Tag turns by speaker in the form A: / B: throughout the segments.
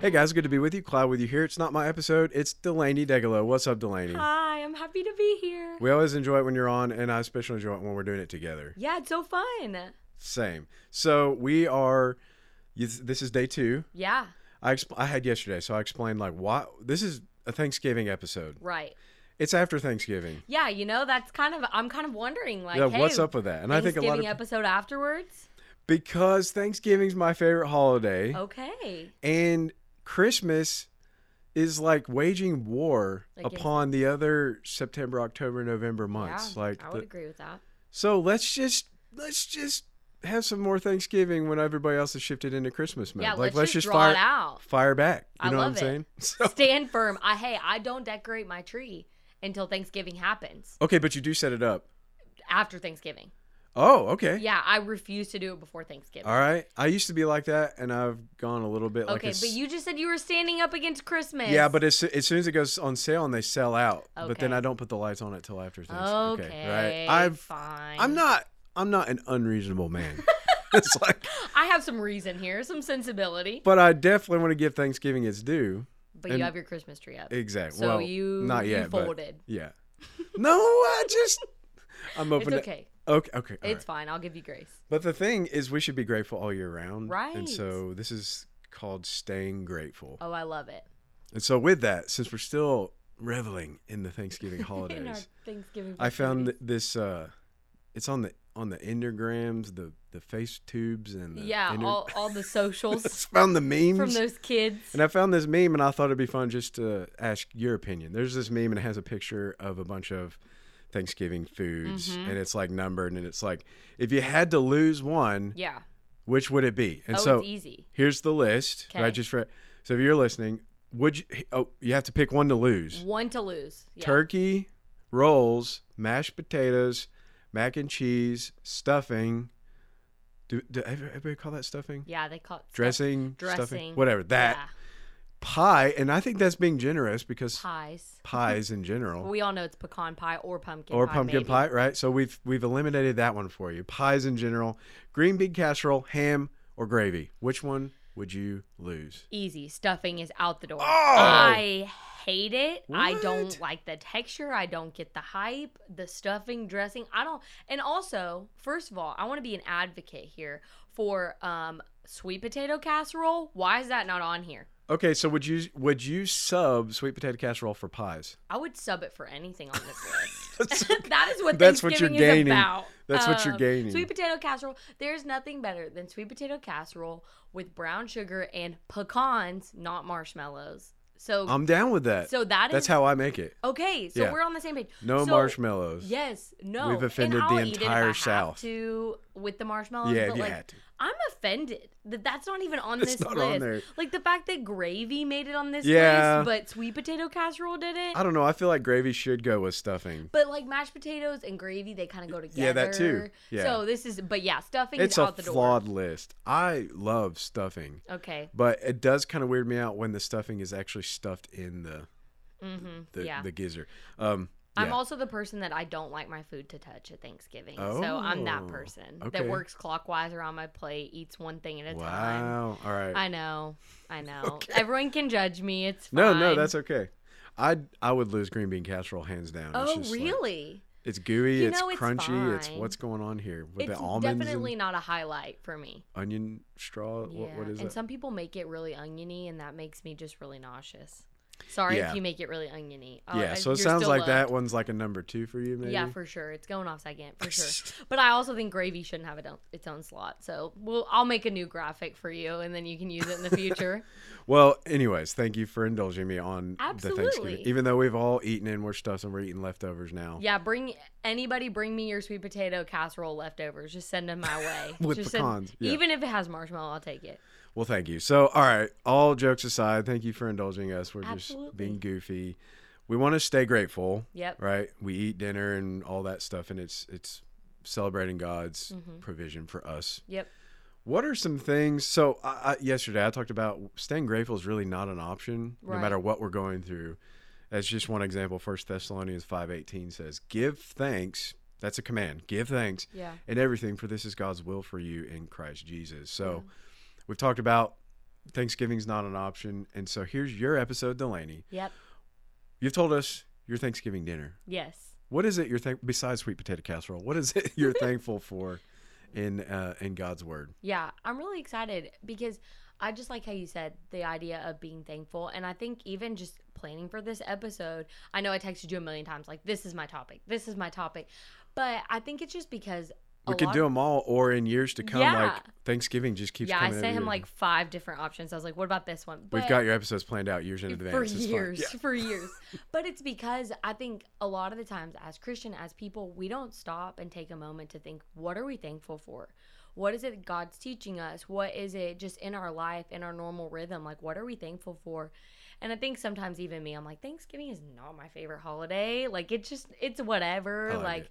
A: Hey guys, good to be with you. Cloud with you here. It's not my episode. It's Delaney Degolo. What's up, Delaney?
B: Hi, I'm happy to be here.
A: We always enjoy it when you're on, and I especially enjoy it when we're doing it together.
B: Yeah, it's so fun.
A: Same. So we are. yes, This is day two.
B: Yeah,
A: I expl- I had yesterday, so I explained like why this is a Thanksgiving episode.
B: right.
A: It's after Thanksgiving.
B: Yeah, you know, that's kind of, I'm kind of wondering, like,
A: yeah,
B: hey,
A: what's up with that? And I think a
B: Thanksgiving
A: lot of
B: episode afterwards?
A: because Thanksgiving's my favorite holiday,
B: Oh. Okay.
A: and Christmas is like waging war
B: Against-
A: upon the other September, October, November months.
B: yeah,
A: like
B: I would
A: the,
B: agree with that.
A: So let's just let's just have some more Thanksgiving when everybody else has shifted into Christmas mode.
B: Yeah,
A: like
B: let's, just, draw
A: fire
B: it out.
A: fire back. You
B: I
A: know
B: love
A: what
B: it.
A: I'm saying? So,
B: Stand firm. I, hey, I don't decorate my tree until Thanksgiving happens
A: okay, but you do set it up.
B: after Thanksgiving.
A: Oh, okay.
B: Yeah, I refuse to do it before Thanksgiving.
A: All right. I used to be like that, and I've gone a little bit like.
B: okay,
A: it's-
B: but you just said you were standing up against Christmas.
A: Yeah, but as, as soon as it goes on sale and they sell out, but then
B: Okay.
A: I don't put the lights on it till after Thanksgiving.
B: Okay,
A: right. I've
B: fine.
A: I'm not I'm not an unreasonable man. it's like,
B: I have some reason here, some sensibility.
A: but I definitely want to give Thanksgiving its due.
B: But
A: And-
B: you have your Christmas tree up.
A: Exactly.
B: So
A: well,
B: you
A: not
B: you
A: yet, but-
B: folded.
A: Yeah. No, I just I'm
B: It's
A: open. to-
B: okay.
A: okay. Okay. all
B: It's
A: right.
B: fine. I'll give you grace.
A: But the thing is, we should be grateful all year round.
B: Right.
A: And so this is called staying grateful.
B: Oh, I love it.
A: And so with that, since we're still reveling in the Thanksgiving
B: In our
A: holidays,
B: Thanksgiving.
A: I found
B: festivities.
A: th- this. uh It's on the on the Enneagrams, the the face tubes, and the
B: yeah,
A: inter-
B: all, all the socials
A: found the memes
B: from those kids.
A: And I found this meme, and I thought it'd be fun just to ask your opinion. There's this meme, and it has a picture of a bunch of Thanksgiving foods,
B: Mhm.
A: and it's like numbered, and it's like, if you had to lose one,
B: Yeah.
A: which would it be? And
B: oh,
A: so
B: it's easy.
A: here's the list, right?
B: Okay.
A: Just for so if you're listening, would you? Oh, you have to pick one to lose:
B: One to lose. Yeah.
A: turkey, rolls, mashed potatoes, mac and cheese, stuffing. Do, do everybody call that stuffing?
B: Yeah, they call it stuff-
A: Dressing, stuffing,
B: Dressing.
A: whatever that
B: yeah,
A: pie, and I think that's being generous because
B: pies.
A: pies in general
B: We all know it's pecan pie or pumpkin
A: or
B: pie.
A: pumpkin
B: maybe.
A: pie, right? So we've we've eliminated that one for you. Pies in general, green bean casserole, ham or gravy. Which one would you lose?
B: Easy. Stuffing is out the door.
A: Oh!
B: I hate it. I
A: What?
B: don't like the texture. I don't get the hype. The stuffing, dressing. I don't. And also, first of all, I want to be an advocate here for um, sweet potato casserole. Why is that not on here?
A: Okay, so would you would you sub sweet potato casserole for pies?
B: I would sub it for anything on this
A: That's-
B: list. that is what
A: That's what
B: Thanksgiving
A: you're
B: is
A: gaining.
B: about.
A: That's what you're
B: Um,
A: gaining.
B: Sweet potato casserole. There's nothing better than sweet potato casserole with brown sugar and pecans, not marshmallows. So
A: I'm down with that.
B: So that is
A: Oh, That's how I make it.
B: okay. So
A: Yeah.
B: we're on the same page.
A: No
B: So,
A: marshmallows.
B: Yes. No.
A: We've
B: and
A: offended the
B: I'll eat it if
A: entire
B: I have
A: South.
B: To with the marshmallows.
A: Yeah,
B: but
A: you
B: like,
A: had to.
B: I'm offended that that's not even on
A: It's
B: this
A: not
B: list.
A: on there.
B: Like the fact that gravy made it on this
A: Yeah.
B: list, but sweet potato casserole didn't.
A: I don't know. I feel like gravy should go with stuffing.
B: But like mashed potatoes and gravy, they kind of go together.
A: Yeah, that too. Yeah.
B: So this is, but yeah, stuffing
A: It's
B: is
A: a
B: out the
A: flawed list. I love stuffing,
B: door. Okay.
A: but it does kind of weird me out when the stuffing is actually stuffed in the
B: Mm-hmm.
A: the,
B: yeah.
A: the geezer. Um,
B: I'm
A: yeah.
B: also the person that I don't like my food to touch at Thanksgiving. So I'm
A: Oh,
B: that person
A: okay.
B: that works clockwise around my plate, eats one thing at a time.
A: wow. All right.
B: I know. I know.
A: Okay.
B: Everyone can judge me. It's fine.
A: no, no, that's okay. I I would lose green bean casserole hands down. It's
B: Oh,
A: just like-
B: really?
A: it's gooey.
B: You
A: it's
B: know, it's
A: crunchy. It's
B: fine.
A: what's going on here with
B: it's
A: the almonds
B: definitely
A: and
B: not a highlight for me.
A: onion straw.
B: Yeah.
A: What, what is
B: and
A: that?
B: some people make it really oniony, and that makes me just really nauseous. Sorry
A: Yeah.
B: if you make it really oniony. Oh,
A: yeah.
B: I-
A: So it
B: you're
A: sounds
B: still
A: like
B: loved.
A: that eh? one's like a number two for you, maybe.
B: Yeah, for sure. It's going off second for sure. But I also think gravy shouldn't have it on- its own slot. So we'll I'll make a new graphic for you, and then you can use it in the future.
A: well, anyways, thank you for indulging me on the Thanksgiving.
B: Absolutely.
A: Even though we've all eaten and we're stuffed and we're eating leftovers now.
B: yeah, bring anybody bring me your sweet potato casserole leftovers. Just send them my way.
A: With
B: Just send-
A: pecans, yeah.
B: Even if it has marshmallow, I'll take it.
A: Well, thank you. So, all right, all jokes aside, thank you for indulging us. We're just being
B: Absolutely.
A: goofy. We want to stay grateful,
B: Yep.
A: right? We eat dinner and all that stuff, and it's it's celebrating God's provision for us.
B: Mm-hmm. Yep.
A: What are some things? So, I, I, yesterday I talked about staying grateful is really not an option, no
B: Right.
A: matter what we're going through. That's just one example. First Thessalonians five eighteen says, "Give thanks." That's a command. Give thanks
B: Yeah. Mm-hmm.
A: and everything, for this is God's will for you in Christ Jesus. So we've talked about Thanksgiving's not an option. And so here's your episode, Delaney.
B: Yep.
A: You've told us your Thanksgiving dinner.
B: Yes.
A: What is it you're thank besides sweet potato casserole? What is it you're thankful for in uh, in God's word?
B: Yeah, I'm really excited because I just like how you said the idea of being thankful. And I think even just planning for this episode, I know I texted you a million times, like, this is my topic, this is my topic. But I think it's just because. a
A: We could
B: lot
A: do
B: of-
A: them all, or in years to come,
B: Yeah.
A: like Thanksgiving just keeps.
B: Yeah, I
A: coming every
B: sent him
A: year.
B: like five different options. I was like, what about this one?
A: We've
B: But-
A: got your episodes planned out years in advance.
B: for
A: It's fine.
B: years,
A: Yeah.
B: for years. But it's because I think a lot of the times, as Christian, as people, we don't stop and take a moment to think, what are we thankful for? What is it God's teaching us? What is it just in our life, in our normal rhythm? Like, what are we thankful for? And I think sometimes even me, I'm like, Thanksgiving is not my favorite holiday. Like, it's just, it's whatever.
A: Oh, I like
B: like,
A: it.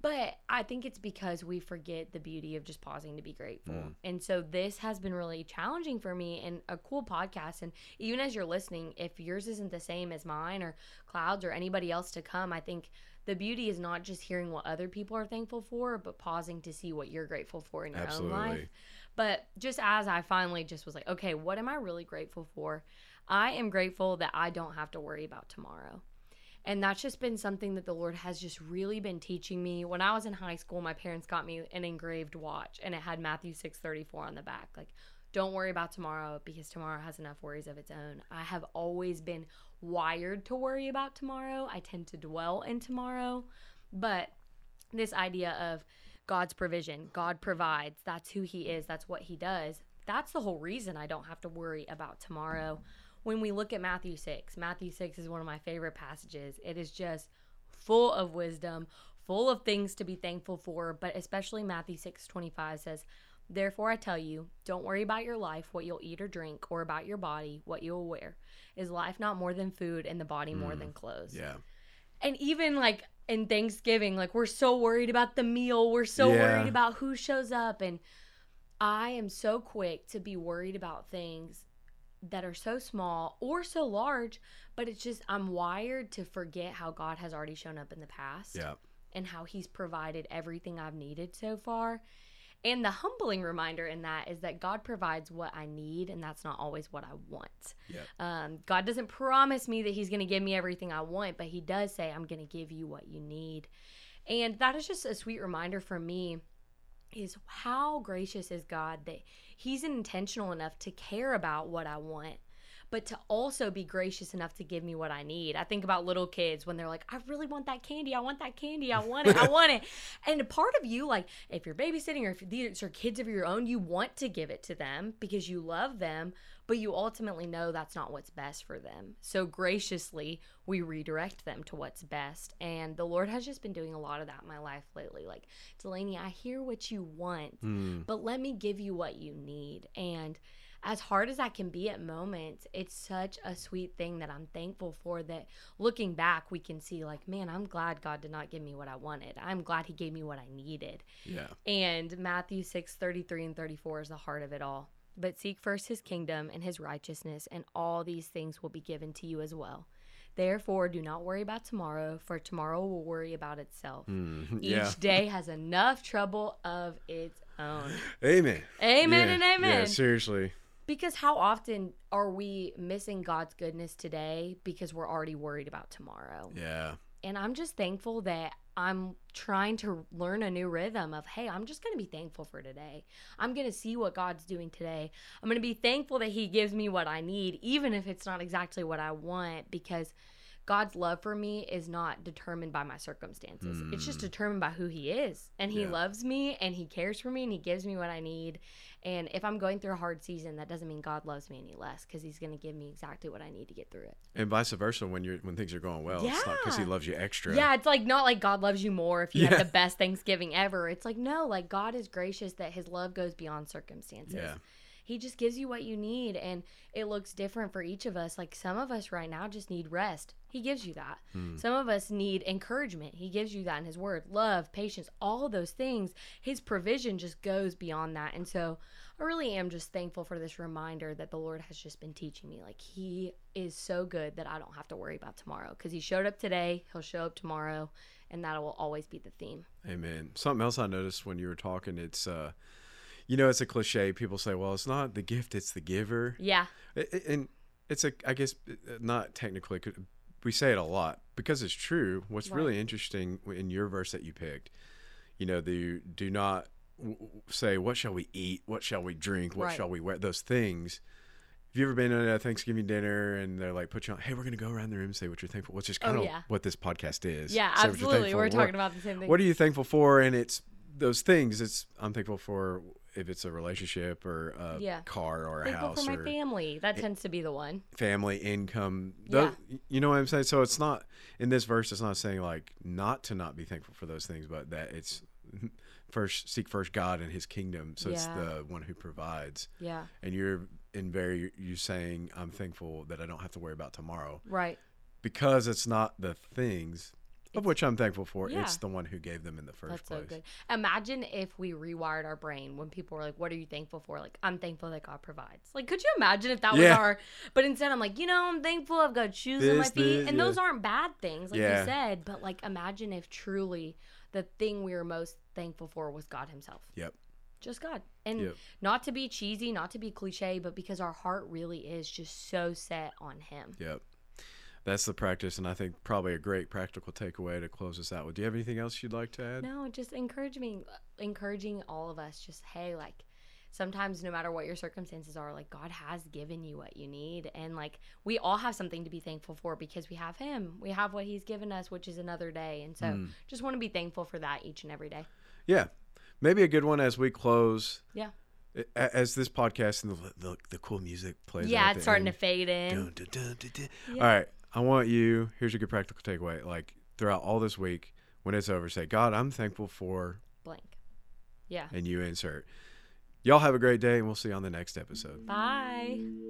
B: but I think it's because we forget the beauty of just pausing to be grateful.
A: Mm.
B: And so this has been really challenging for me and a cool podcast. And even as you're listening, if yours isn't the same as mine or Clouds or anybody else to come, I think the beauty is not just hearing what other people are thankful for, but pausing to see what you're grateful for in your
A: Absolutely.
B: own life. But just as I finally just was like, okay, what am I really grateful for? I am grateful that I don't have to worry about tomorrow. And that's just been something that the Lord has just really been teaching me. When I was in high school, my parents got me an engraved watch and it had Matthew 6:34 on the back. Like, don't worry about tomorrow because tomorrow has enough worries of its own. I have always been wired to worry about tomorrow. I tend to dwell in tomorrow, but this idea of God's provision, God provides, that's who He is, that's what He does. That's the whole reason I don't have to worry about tomorrow. When we look at Matthew 6, Matthew 6 is one of my favorite passages. It is just full of wisdom, full of things to be thankful for, but especially Matthew 6 25 says, Therefore, I tell you, don't worry about your life, what you'll eat or drink, or about your body, what you'll wear. Is life not more than food and the body more than clothes?
A: Yeah.
B: and even like in Thanksgiving, like we're so worried about the meal, we're so
A: Yeah.
B: worried about who shows up and I am so quick to be worried about things that are so small or so large, but it's just I'm wired to forget how God has already shown up in the past
A: Yeah.
B: and how he's provided everything I've needed so far. And the humbling reminder in that is that God provides what I need, and that's not always what I want.
A: Yep.
B: Um, God doesn't promise me that He's going to give me everything I want, but He does say, I'm going to give you what you need. And that is just a sweet reminder for me is how gracious is God that He's intentional enough to care about what I want, but to also be gracious enough to give me what I need. I think about little kids when they're like, I really want that candy. I want that candy. I want it. I want it. And a part of you, like, if you're babysitting or if these are kids of your own, you want to give it to them because you love them, but you ultimately know that's not what's best for them. So graciously, we redirect them to what's best. And the Lord has just been doing a lot of that in my life lately. Like, Delaney, I hear what you want,
A: Mm.
B: but let me give you what you need. And as hard as I can be at moments, it's such a sweet thing that I'm thankful for that looking back, we can see, like, man, I'm glad God did not give me what I wanted. I'm glad He gave me what I needed.
A: Yeah.
B: And Matthew 6 33 and 34 is the heart of it all. But seek first his kingdom and his righteousness, and all these things will be given to you as well. Therefore, do not worry about tomorrow, for tomorrow will worry about itself.
A: Mm.
B: Each
A: Yeah.
B: day has enough trouble of its own.
A: Amen.
B: Amen
A: Yeah.
B: and amen.
A: Yeah. Seriously.
B: because how often are we missing God's goodness today because we're already worried about tomorrow?
A: Yeah.
B: And I'm just thankful that I'm trying to learn a new rhythm of, hey, I'm just going to be thankful for today. I'm going to see what God's doing today. I'm going to be thankful that He gives me what I need, even if it's not exactly what I want, because God's love for me is not determined by my circumstances. It's just
A: Mm.
B: determined by who He is. And He
A: Yeah.
B: loves me and He cares for me and He gives me what I need. And if I'm going through a hard season, that doesn't mean God loves me any less because He's going to give me exactly what I need to get through it.
A: And vice versa when you're when things are going well, it's not because he
B: Yeah.
A: loves you extra.
B: Yeah, it's like not like God loves you more if you
A: Yeah.
B: had the best Thanksgiving ever. It's like no, like God is gracious that his love goes beyond circumstances.
A: Yeah.
B: He just gives you what you need and it looks different for each of us. Like some of us right now just need rest. He gives you that. Some of us need encouragement. He gives you that in his word. Love, patience, all those things. His provision just goes beyond that. And so I really am just thankful for this reminder that the Lord has just been teaching me. Like, He is so good that I don't have to worry about tomorrow because He showed up today, He'll show up tomorrow, and that will always be the theme.
A: Amen. Something else I noticed when you were talking, it's uh You know, it's a cliche. People say, "Well, it's not the gift; it's the giver."
B: Yeah.
A: I- I- And it's a, I guess, uh, not technically. it could- We say it a lot because it's true. What's
B: Right.
A: really interesting w- in your verse that you picked, you know, the do not w- w- say, "What shall we eat? What shall we drink? What
B: Right.
A: shall we wear?" Those things. Have you ever been at a Thanksgiving dinner and they're like, "Put you on? Hey, we're gonna go around the room, and say what you're thankful." Which is kind of
B: Oh, yeah.
A: what this podcast is.
B: Yeah,
A: Say what you're
B: absolutely.
A: thankful
B: We're
A: for.
B: talking about the same thing.
A: What are you thankful for? And it's those things. It's I'm thankful for if it's a relationship or a
B: Yeah.
A: car or a
B: Thankful
A: house
B: for my
A: or
B: family. That tends to be the one.
A: family income. Those, You know what I'm saying? So it's not in this verse. It's not saying like not to not be thankful for those things, but that it's first seek first God and His kingdom. So it's
B: Yeah.
A: the one who provides.
B: Yeah.
A: And you're in very you saying I'm thankful that I don't have to worry about tomorrow
B: Right.
A: because it's not the things of which I'm thankful for.
B: yeah.
A: It's the one who gave them in the first
B: That's
A: place.
B: so good. Imagine if we rewired our brain when people were like, What are you thankful for? Like, I'm thankful that God provides. Like, could you imagine if that was
A: Yeah.
B: our but instead I'm like, you know, I'm thankful I've got shoes on my
A: This,
B: feet.
A: this,
B: and
A: yeah.
B: those aren't bad things, like
A: Yeah.
B: you said, but like imagine if truly the thing we were most thankful for was God Himself.
A: Yep.
B: Just God. And
A: Yep.
B: not to be cheesy, not to be cliche, but because our heart really is just so set on him.
A: Yep. That's the practice, and I think probably a great practical takeaway to close us out with. Do you have anything else you'd like to add?
B: No, just encouraging encouraging all of us just hey, like sometimes no matter what your circumstances are, like God has given you what you need and like we all have something to be thankful for because we have him. We have what he's given us, which is another day. And so
A: Mm.
B: just want to be thankful for that each and every day.
A: Yeah. Maybe a good one as we close.
B: Yeah.
A: a- a- As this podcast and the, the, the cool music plays.
B: yeah, it's starting to fade in.
A: Dun, dun, dun, dun, dun.
B: Yeah.
A: All right. I want you, here's a good practical takeaway. Like throughout all this week, when it's over, say, God, I'm thankful for,
B: Blank. Yeah.
A: and you insert. Y'all have a great day, and we'll see you on the next episode.
B: Bye.